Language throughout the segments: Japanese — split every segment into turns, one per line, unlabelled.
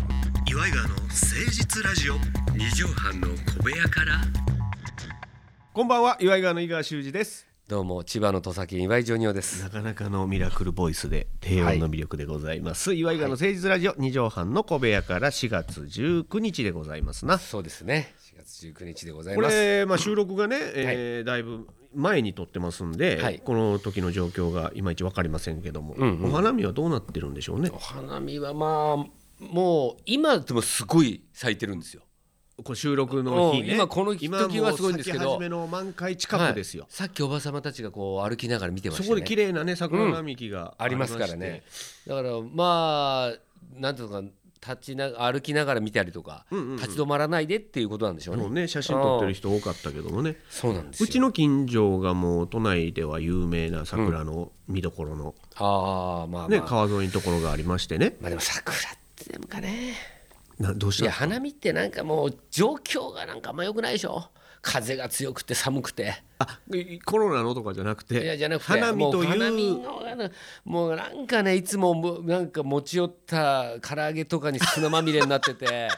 イガーの誠実ラジオ
二畳半の小部屋から
こんばんは岩井川の井川修司です
どうも千葉の土佐県岩井ジョニオです
なかなかのミラクルボイスで低音の魅力でございます、岩井川の誠実ラジオ2畳半の小部屋から4月19日でございますな
そうですね4月19日でござい
こ
ます
れまあ収録がね、えーだいぶ前に撮ってますんで、
はい
この時の状況がいまいちわかりませんけども、お花見はどうなってるんでしょうね
お花見はまあもう今でもすごい咲いてるんですよ
こう収録の日ね
うん今この時
今もう
時はすごいんですけど
咲き始めの満開近くですよ、
はいさっきおばさまたちがこう歩きながら見てました
そ
ね
こで綺麗なね桜並木が
ありますからねだからまあなんとか立ちな歩きながら見たりとか、立ち止まらないでっていうことなんでしょう
もう
ね
ね写真撮ってる人多かったけどもね
そうなんですよ
うちの近所がもう都内では有名な桜の見どころの、
ああまあまあ、
ね川沿いのところがありましてね
まあでも桜ってでもかね
などうし
いや
た
花見ってなんかもう状況がなんかあんま良くないでしょ風が強くて寒くて
あいコロナのとかじゃなくて
いやじゃなくて
花見と
もう花
い
見
う
のあのもうなんかねいつももうなんか持ち寄った唐揚げとかに砂まみれになっ てて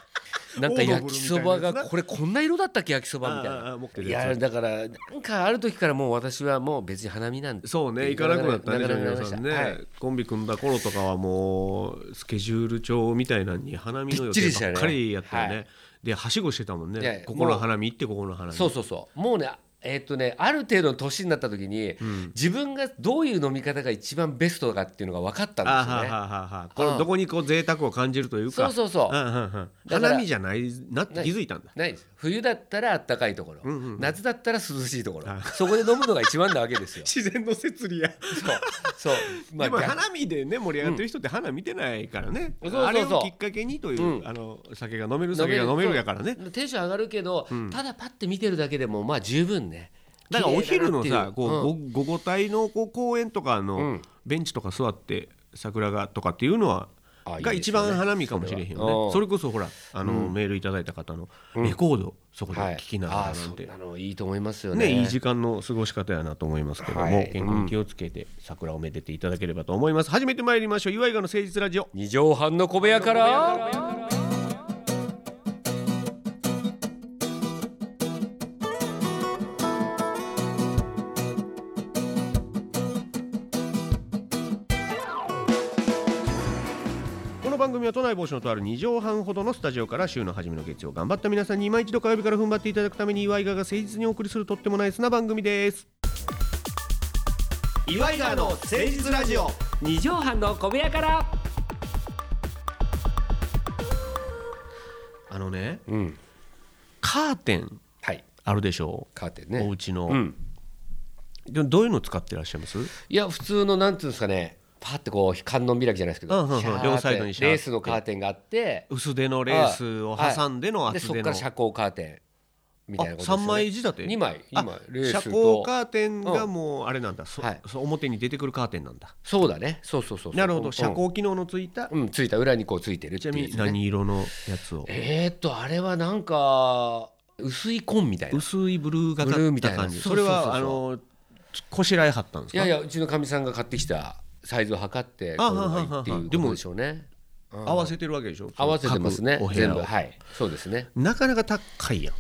なんか焼きそば
オードブルみたいなやつな
がこれこんな色だったっけ焼きそばみたい
ああああ持って
な
る
い
やつ
やだからなんかある時からもう私はもう別に花見なんて
そうね行かなくなったねジ
行かなくな
ョニオ
りまし
さ
た
んね、
はい
コンビ組んだ頃とかはもうスケジュール帳みたいなのに花見の予
びっちり
定ばっ
でしたよね
かりやったよね
はい
ではしごしてたもんね
いやいや
ここの花見行ってここの花見
そうそうそうもうねえーっとねある程度の年になった時に、自分がどういう飲み方が一番ベストかっていうのが分かったん
あ
ですよ
は
ね
は。ははこのどこにこう贅沢を感じるというか
そうそうそうん
んん
だから
花見じゃないなって気づいたんだ
ないです冬だったらあったかいところ、夏だったら涼しいところそこで飲むのが一番なわ けですよ
自然の摂理や
そうそうま
でも
逆
花見でね盛り上がってる人って花見てないからね、
そうそうそう
あれをきっかけにという、あの酒が飲める酒が飲めるやからね
そうテンション上がるけど、ただパッて見てるだけでもまあ十分ね
だからお昼の
綺麗だな
さ
ってい
こう、ごごご体のこう公園とか
う
の
ん
ベンチとか座って桜がとかっていうのは
あいいですよ
が
ね
一番花見かもしれへんよ
それは
ね
う
それこ
ん
そほらあの、メールいただいた方のレコードそこで
はい
聞きなが
あ
ら
ー
なんて、
そうなのいいと思いますよね
ね、いい時間の過ごし方やなと思いますけども、
はい
健康に気をつけて桜をめでていただければと思います、初めて参りましょう岩井川の誠実ラジオ
二畳半の小部屋から
この番組は都内某所のとある2畳半ほどのスタジオから週の初めの月曜頑張った皆さんに今一度火曜日から踏ん張っていただくために岩井川が誠実にお送りするとってもナイスな番組です岩井川の誠実ラジオ
二畳半の小部屋から
あのね
うん
カーテン
はい
あるでしょ
カーテン
う、
ね
お家の、
うん
でもどういうの使ってらっしゃいます
いや普通のなんていうんですかねパーってこう観音開きじゃないですけど、
うんうんうん
シャーって
両サイドにシャーって
レースのカーテンがあって
薄手のレースを挟んでの
はいで
厚
そ
手の、
こから遮光カーテンみたいなことです
あ
よ
3
ね
枚仕立て
二枚
あ
二枚レース
遮
と
光カーテンがもうあれなんだ、そ
はい
そ表に出てくるカーテンなんだ
そうだねそうそうそうそう
なるほ
う
ど
ん
遮光機能のついた、
うん、ついた裏にこうついてるっ
ち
てい
なみ
うやつ
に
ね、
何色のやつを
えー、っとあれはなんか薄い紺みたいな
薄いブルーが
ブル
か
ー
っ
み
た
たいな
感じ
そ
そうれ
そうそうそう
はあのこしらえはったんです
い
か
やいやうちのかみさんが買ってきたサイズを測って
あ
こういうのがいいっていうことでしょうね
合わせてるわけでしょ
合わせてますね
各お部
全
屋を
部はいそうですね
なかなか高いやん、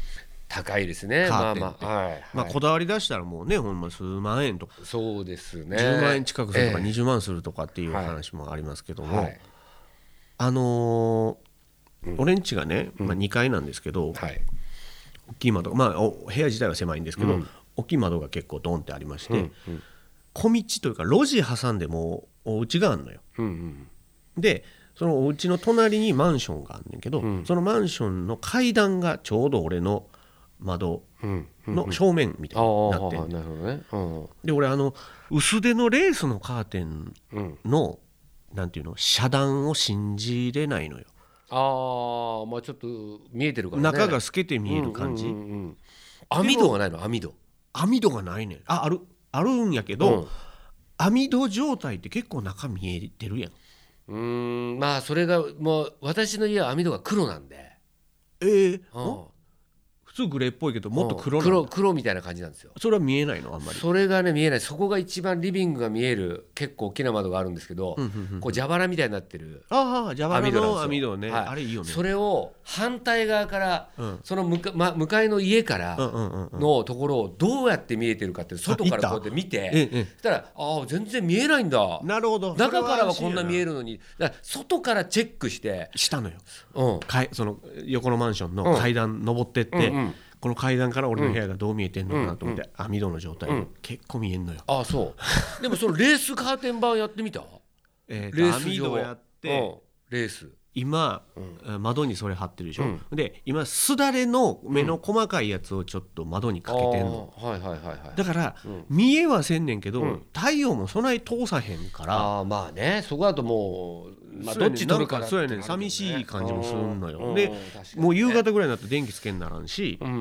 高いですね
カー
まあ
テンっ
ま
て
あはい、はい
まあこだわり出したらもうねほんま数万円とか
そうですね。
10万円近くするとか
え
20万するとかっていう
はい
話もありますけど
え
も、
はい。
あのー俺んちがね、まあ、2階なんですけど、
はい。
大きい窓まあお部屋自体は狭いんですけど、大きい窓が結構ドンってありまして、小道というか路地挟んでもうお家があんのよ。
うんうん。
でそのお家の隣にマンションがあんねんけど、そのマンションの階段がちょうど俺の窓
うん。
の正面みた
あ
い
あ
になってんねん、
なるほどね。うん
で俺あの薄手のレースのカーテン
うん。
のなんていうの遮断を信じれないのよ、
ああまあちょっと見えてるからね。
中が透けて見える感じ、
うんうんうんうん網戸がないの網戸。
網戸がないねんああるあるんやけど、網戸状態って結構中見えてるやん
うん。うーんまあそれがもう私の家は網戸が黒なんで。
えー
うん
お通グレーっぽいけどもっと黒
うん
なの
黒黒みたいな感じなんですよ
それは見えないのあんまり
それがね見えないそこが一番リビングが見える結構大きな窓があるんですけど、
うんうんうん
こう蛇腹みたいになってる
ああジャバラの網
網戸
戸
なん
ね
ですよはい
あれいいよね
それを反対側から、
うん
その向か、ま、向かいの家から
うんうんうんうん
のところをどうやって見えてるかって外か
あい
ら
た
こうやって見て
えええ
そしたらああ全然見えないんだ
えなるほど
中からはこんな見え
る
るのにだから外からチェックして、
したのよ
うん、
かいその横のマンション
う
の
ん
階段登ってって、
うんうん
この階段から俺の部屋がどう見えてんのかなと思って、網戸の状態で、
うん
結構見えんのよ、
ああそうでもそのレースカーテン版やってみた
えーと
レース
網
場
戸やって、
うんレース
今、窓にそれ貼ってるでしょ、
うん
で今すだれの目の細かいやつをちょっと窓にかけてんの、
あーはいはいはいはい
だから、
うん
見えはせんねんけど、
うん
太陽もそない通さへんから、
ああまあねそこだともう、まあ、
そうや
ど
ねん
っち取るかなって
そうやねん
なるけど
寂しい感じもするのよ
うん
で
ん確かにね
もう夕方ぐらいになったら電気つけんならんし、
うんう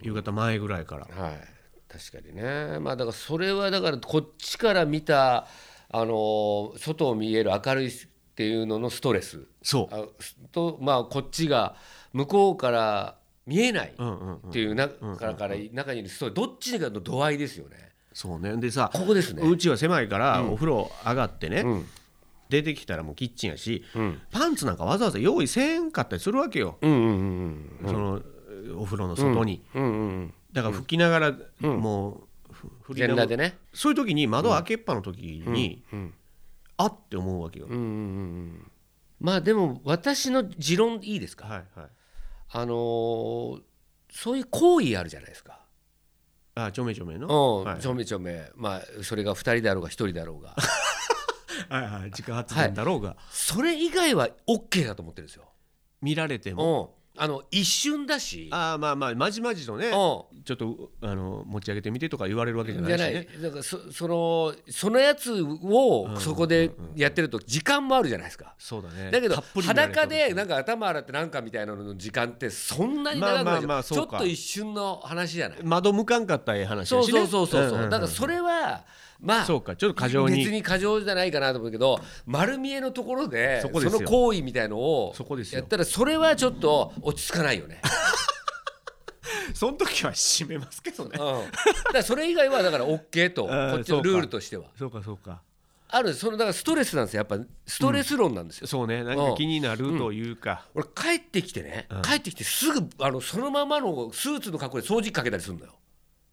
ん
夕方前ぐらいから
う。んはい確かにねまあだからそれはだからこっちから見たあのー外を見える明るいっていうののストレス
そ、
あすとまあこっちが向こうから見えないう
うんうんうん
っていう中からから中にいるストレスどっちがの度合いですよね
そうねでさ
ここですね
うちは狭いから、お風呂上がってね、
うん
出てきたらもうキッチンやし、
うん
パンツなんかわざわざ用意せんかったりするわけよ、
うんうんうん
そのお風呂の外に、
うんうん
だから拭きながら、もうふ
うん
振り
全
なが
裸
ら
でね
そういう時に窓開けっぱの時に、
うん
あって思うわけよ、
うんうんうんまあでも私の持論いいですか
はいはい
あのーそういう行為あるじゃないですか
あちょめちょめ
う
の、
ん、
はい
ちょめちょめまあそれが2人だろうが1人だろうが
はいはい自家発電だろうが、
それ以外は OK だと思ってるんですよ、
見られても、
うん、あの一瞬だし
ああまあまあまじまじとね、
うん
ちょっとあの持ち上げてみてとか言われるわけじゃな
じゃ
いし
ない
ね
だからそそのそのやつをそこでやってると時間もあるじゃないですか。
そうだね
だけど
たっぷり見られて
裸
ほしい
でなんか頭洗ってなんかみたいなのの時間ってそんなに長く
まあ
ない
まあ
じ
ま
ゃ
あ
ん
そ
ち
う
ょ
か
っと一瞬の話じゃない。
窓向かんかったらええ話
そ
や
う
し、ね、
そうそうそうそう。
んんん
だからそれはまあ
そうかちょっと過剰に
別に過剰じゃないかなと思うけど丸見えのところで
そ
そ
こですよ
の行為みたいのを
そこですよ
やったらそれはちょっと落ち着かない よね。
その時は閉めますけど
うん。
ね
だからそれ以外はだから OK とこ
あー
っちの
そう
ル
か
ールとしては。
そうかそうか
あるそのだからストレスなんですよやっぱストレス論なんですよ、
そうねなんか気になるというか、
俺帰ってきてね、帰ってきてすぐあのそのままのスーツの格好で掃除機かけたりするんだよ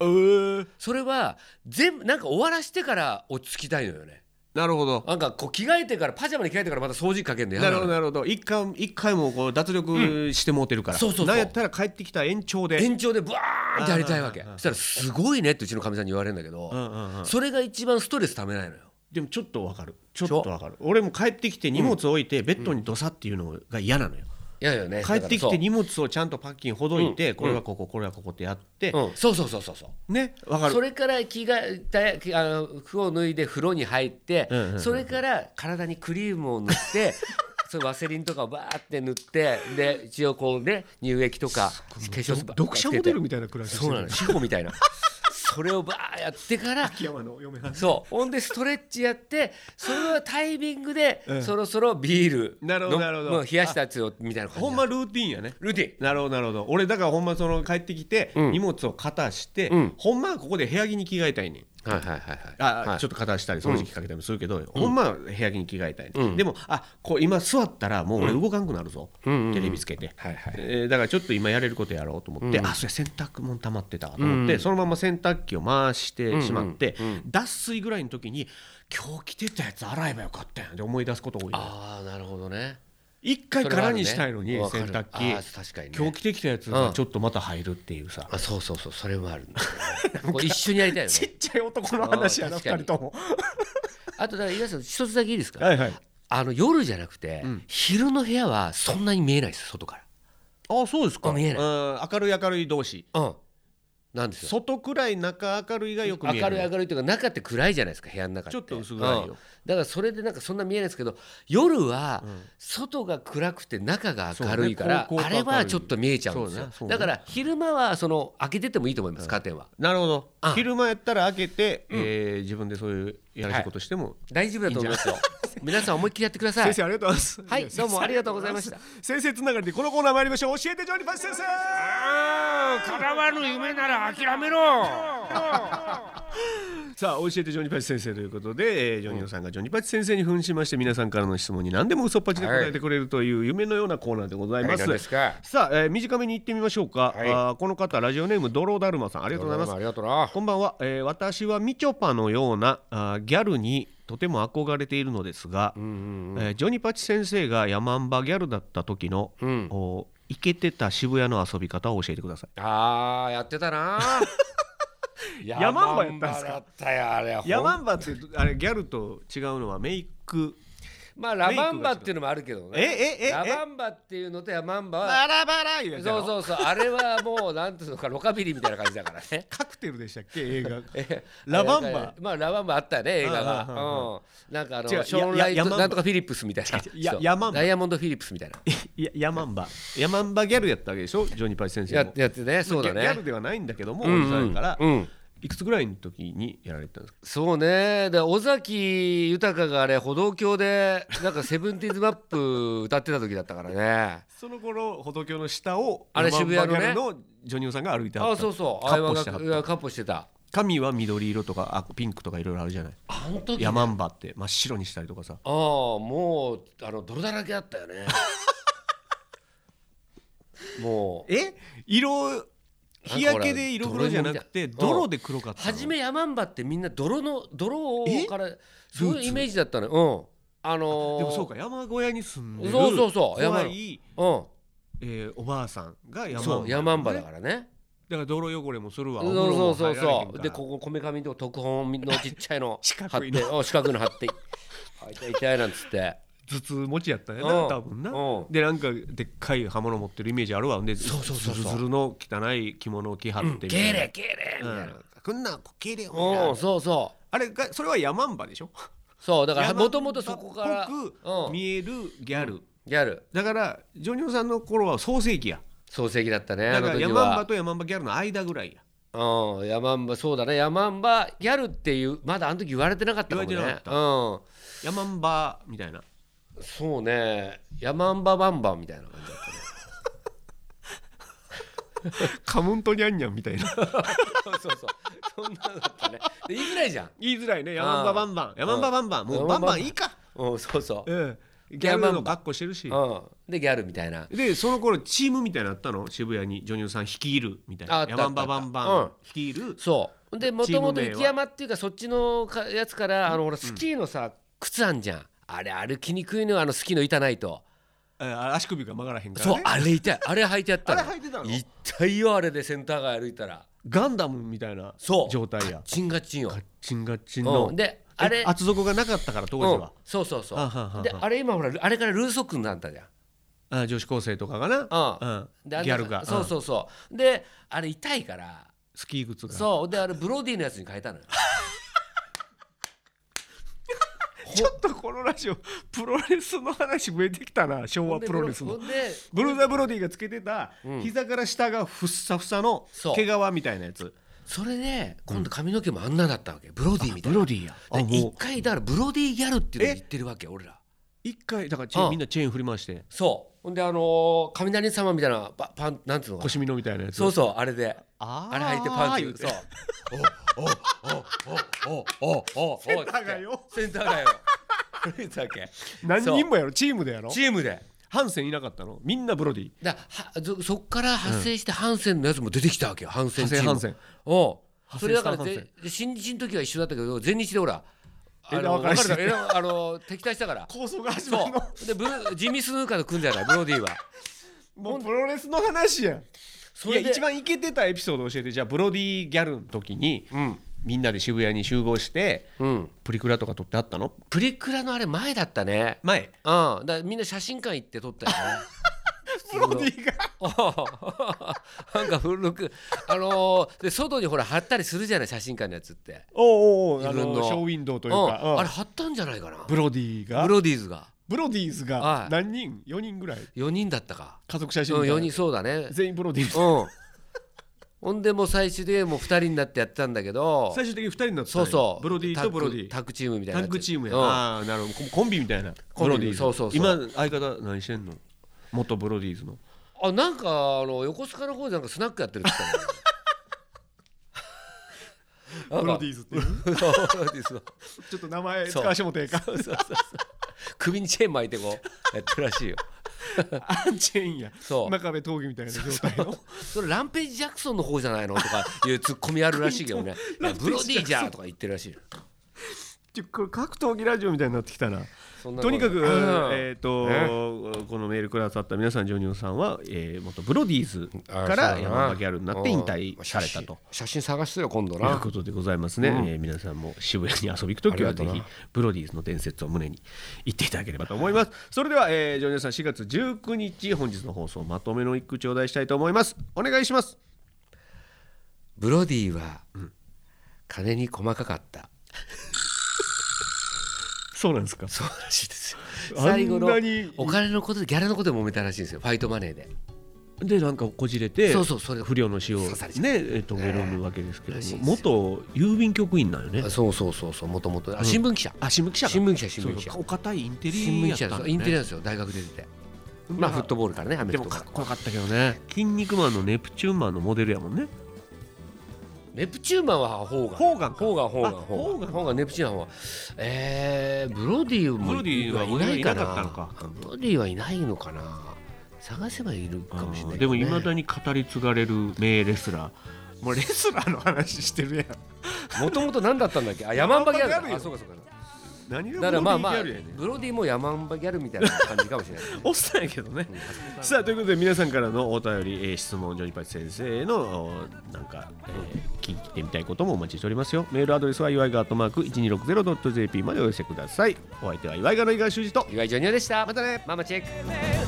うー
それは全部なんか終わらしてから落ち着きたいのよね
なるほど
なんかこう着替えてからパジャマに着替えてからまた掃除機かけるんだよ
なるほどなるほど一回一回もこう脱力してもうてるから、
そうそうそう
なんやったら帰ってきた延長で、
延長でブワーンってやりたいわけ
あー
そしたら「すごいね」ってうちのかみさんに言われるんだけど、
うんうんうん、
それが一番ストレスためないのよ
でもちょっとわかるちょっとわかる俺も帰ってきて荷物置いてベッドにどさっていうのが嫌なのよ、
嫌だよね
帰って
だ
き
か
て
ら
荷物をちゃんとパッキンほどいて、
うん
これはこここれはここってやって、
そう,、うん、そうそうそうそうそう
ねわかる
それから着替えたあの服を脱いで風呂に入って、
うんうんうん
それから体にクリームを塗って それワセリンとかをバーって塗ってで一応こうね乳液とか化粧水
読者モデルみたいな暮らしをして
そう
る
なの志保みたいなそれをバーやって から
秋山の嫁はん
そうほんでストレッチやってそれはタイミングで、
うん
そろそろビール
なるほどなるほど
もう冷やしたやつをみたいな感じ
ほんまルーティンやね
ルーティン
なるほどなるほど俺だからほんまその帰ってきて
うん
荷物を片して、
うん
ほんまはここで部屋着に着替えたいねん
はいはいはいはい
あ、
はい
ちょっと片したり掃除機かけたりもするけど、ほんまは部屋着に着替えたいね、
うん
でもあこう今座ったらもう俺動かんくなるぞ、
うんうんうん
テレビつけて、
はいはい
えーだからちょっと今やれることやろうと思って、あそれ洗濯物溜まってたわと思って、
うん
そのまま洗濯機を回してしまって、
うんうんう
脱水ぐらいの時に今日着てたやつ洗えばよかったやんって思い出すこと多いのよ
ああなるほどね
一回空にしたいのに、
それは
洗
ある
濯
ねわか
機
るあー確かにね
今日着てきたやつがちょっとまた入るっていうさ、
あそうそうそうそれもあるん だよねこれ一緒にやりたいよね
っちゃい男の
あー確かに
とも
あとだから井田さん一つだけいいですか、
はいはい
あの夜じゃなくて、昼の部屋はそんなに見えないです外か
ああそうですか
あ見えない
うん明るい明るい同士
らうんなんですよ
外くらい中明るいがよく見える
明るい明るいというか中って暗いじゃないですか部屋の中って
ちょっと薄暗いよ
うんだからそれでなんかそんな見えないですけど夜は外が暗くて中が明るいから、
そうねこうこう
あれはちょっと見えちゃうんです
そう
よ
ね、そうね
だから昼間はその開けててもいいと思います、カーテンは
なるほど
あ
昼間やったら開けて、えー自分でそういうやらしいことしても、
大丈夫だと思いますよ皆さん思いっきりやってください
先生ありがとうございます
はいどうもありがとうございました
先生つながりでこのコーナー参りましょう教えてジョニーパス先生
叶わぬ夢なら諦めろ
さあ教えてジョニーパチ先生ということで、えージョニオさんがジョニーパチ先生に扮しまして皆さんからの質問に何でも嘘っぱちで答えてくれるという夢のようなコーナーでございます。
はい何ですか
さあ、えー短めに行ってみましょうか、
はい
あーこの方ラジオネームドロだるまさんありがとうございます
あ。りがとうな
こんばんは、えー私はみちょぱのようなあーギャルにとても憧れているのですが、えージョニパチ先生がヤマンバギャルだった時の、
うん
おイケてた渋谷の遊び方を教えてください
あーやって たな
ヤマンバやったんすか
ヤマンバだったよあれほん
ヤマンバってあれギャルと違うのはメイク
まあラバンバっていうのもあるけどね
ええええ
ラバンバっていうのとヤマンバは
バラバラいうやつや
そ
ろ
うそうそうあれはもうなんていうのかロカビリーみたいな感じだからね
カクテルでしたっけ映 画 ラバンバ
あれなんかまあラバンバあったね映画
うんうんう
がうんなんかあのシ
違う
ョーンライ
やや
ト
ヤマンバ
なんとかフィリップス みたいな
や
そう
ヤマンバ
ダイヤモンドフィリップスみたいない
やヤマンバヤマンバギャルやったわけでしょジョニパチ先生
や
も
やってねそうだ
ギャギャル
ね
ではないんだけども、
うん
おじさんから、
うん
いくつぐらいの時にやられてたんですか
そうねで尾崎豊があれ歩道橋でなんか「セブンティーズマップ」歌ってた時だっ たからね
その頃歩道橋の下を
あれ渋谷の
ヤ
ね
マンバギャルのジョニオさんが歩いてはっ
あ
た
あそうそうあ
カ
れ
ッ
は
ポしてはった
カッポしてた
髪は緑色とかあピンクとかいろいろあるじゃない
あの時
ヤマンバって真っ白にしたりとかさ
ああもうあの泥だらけだった よねもう
え色日焼けで色黒じゃなくて
なんかほら
泥で黒かったの
初めヤマンバってみんな泥の泥を
え
からそういうイメージだったのようんあのー
でもそうか山小屋に住んでる
そうそうそう山
怖い、えーおばあさんが
う
ヤマ
ん
ン
そうヤマンバだ
ら
からね
だから泥汚れもするわ
そう
お風
そ
呂
うそう
も入られへん
そう
から
でこここめかみのとこ特本のちっちゃい の
四角
貼っ
いの
てうん四角いの貼ってあ痛い痛いなんつって
頭痛持ちやったんや
う
なん多分な
うん
でなんかでっかい刃物持ってるイメージあるわで
そうそうそうそ
ズ
う
ルズルの汚い着物を着はってみ
ゲ
たいな
レゲレみたいな
うんこんなんこけれよみたいな
うんそうそう
あれがそれはヤマンバでしょ
そうだからもともとそこから
山っぽ
う
く
ん
見えるギャル、
ギャル
だからジョニオさんの頃は創世記や
創世記だったねあ
だ
の
から
時
ヤマンバ
は
とヤマンバギャルの間ぐらいや
うんヤマンバそうだねヤマンバギャルっていうまだあの時言われてなかったかもね
言われてな
うん
ヤマンバみたいな
そうねヤマンババンバンみたいな感じだっ
カムントニャンニャンみたいな
たねそうそうそうそんなのだったねで言いづらいじゃん
言いづらいねヤマンババンバンヤマンババンバンもう
うん
バンバンいいか、
うんそうそう
うん、ギャルの格好してるし
うんでギャルみたいな
でその頃チームみたいなのあったの渋谷にジョニオさん率いるみたい
あ
な
あった
ヤマンババンバ
あったあ
ン
った
率いる
そうでも
チー
と
ム
も
名
と
は
雪山っていうかそっちのかやつからあのほらスキーのさ靴あんじゃんあれ歩きにくいのよあのスキーの板ないと
えー足首が曲がらへんから、ね、
そうあれ痛いあれ履いてやったの
あれ履いてたの
痛いよあれでセンター街歩いたら
ガンダムみたいな
そう
状態や
チンガチンよ
ガッチンガッチンの、
うんであれ
え厚底がなかったから当時
うん
は、
そうそうそ
はんはんはんはん
うであれ今ほらあれからルーソックになったじゃん
あ女子高生とかがな、
うん、
う
であ
ん、
の
ギャルが
そう
うん
そうそうであれ痛いから
スキー靴が
そうであれブロディのやつに変えたのよ
ちょっとこのラジオプロレスの話増えてきたな昭和プロレスの
ほんで
ブルーザ・ブロディがつけてた膝から下がふっさふさの
そう
毛皮みたいなやつ
それで今度髪の毛もあんなだったわけブロディみたい
ブ
な
ロディやあ
で
も
一
う
回だからブロディギャルっていうのを言ってるわけ俺ら
一回だからチェーン
うん
みんなチェーン振り回して
そうほんであのー雷様みたいなパパンなんていうのかな
腰みのみたいなやつ
そうそうあれで
あー
あれ履いてパンツそうおおおおおおおおセン
ター街を
センター街をこれ言ってたわけ
何人もやろチームでやろ
チームで
ハンセンいなかったのみんなブロディ
だはそそっから発生してハンセンのやつも出てきたわけよ、ハンセンチーム
ハンセンハン
おう
ハンセ
そ
ン
れだから
ハンセン
ぜ新日の時は一緒だったけど全日でほらあ
枝
の
分かれして
別れた枝あの敵 対したから
構想が始
そうでブルジミスヌーカーと組んじゃないブロディは
もうプロレスの話やん
それ
い
で
や一番イケてたエピソード教えてじゃあブロディギャルの時に、
ん
みんなで渋谷に集合して
うん
プリクラとか撮ってあったの
プリクラのあれ前だったね
前
うんだからみんな写真館行って撮ったよね
ブロディが
おうなんか古くあのーで外にほら貼ったりするじゃない写真館のやつって
おうおうおうあ
自分
の
の
ショーウィンドウという
うん
か、うん
あれ貼ったんじゃないかな
ブロディがブ
ブ
ロ
ロディーズが
ディーズ
は
が
い
何人4人ぐらい
4人だったか
家族写真
う
み
ん
たいな
4人そう だね
全員ブロディーズ
うんほんでもう最終でもう2人になってやってたんだけど
最終的に2人になってたんや
そうそう
ブロディーとブロディー
タッグタッグチームみたい
タ
な
ッグチームや
うん
ああなるほどココンビみたいな
コンビ
ブロディーズ
そうそうそう
今相方何してんの元ブロディーズの
あなんかあの横須賀の方でなんかスナックやってるって言って
プ
たのな
ロ
んか
ディーズっていう
プロディースの
ちょっと名前使わしてもてえか
そうそうそう首にチェーン巻いてこうやってるらしいよ
アンチェーンや
そう
真壁闘技みたいな状態の
それランページ・ジャクソンの方じゃないのとかいうツッコミあるらしいけど ねいやブロディージャーとか言ってるらしいよ
ちょこれ格闘技ラジオみたいになってきたな
そんな
とにかく、
うん
えーとこのメールくださった皆さんジョニオさんは、えー、元ブロディーズから山崎ギャルになって引退されたと。
写真写真探してよ今度
という
な
ことでございますね、えー皆さんも渋谷に遊び行くときはぜ
あり
ひ
がと
ブロディーズの伝説を胸に行っていただければと思いますそれでは、えー、ジョニオさん4月19日本日の放送まとめの一句頂戴したいと思いますお願いします
ブロディは金に細かかった
そうなんですか
そうらしいですよ
あんな
最後の
に
お金のことでギャラのことで揉めたらしいんですよファイトマネーで
でなんかこじれて
そうそうそれ
不良の死をね
刺されちゃった
えーとめるわけですけど
らしい
も
ですよ
元郵便局員なんよね
あそうそうそうそうもともと新聞記者
あ新聞記者か
新聞記者新
そう
聞
か
記者
お堅いインテ
新
リ
聞
や
記
っ
者
たんだ
ですよ
ね
インテリなんですよ大学出ててまあフットボールからねアメ
で
フ
も
トか
からっこよかったけどね筋肉マンのネプチューンマンのモデルやもんね
ネプチューンマンはホーガン
ホーガンか
ホーガンホーガン
あ
ホー
ホーガン
ガン
か
ホーガンネプチューンマンはえーブロディも
ブロディはいないいなかったのか
ブロディはいないのかな探せばいるかもしれない
でもいま
今
だに語り継がれる名レスラーもうレスラーの話してるやん
もともと何だったんだっけあ山んばギャル
山んばギャル
だ
よ
あそうかそうか
何
だからまあまあ
ブロディギャルやね
ブロディも山んばギャルみたいな感じかもしれない ですね
おっさんやけどねさあということで皆さんからのお便り、えー質問ジョニパチ先生へのおなんか、えー、聞いてみたいこともお待ちしておりますよメールアドレスは祝いがアットマーク 1260.jp までお寄せくださいお相手は祝いがの井川修司と
岩井ジョニオでしたまたねママチェック
「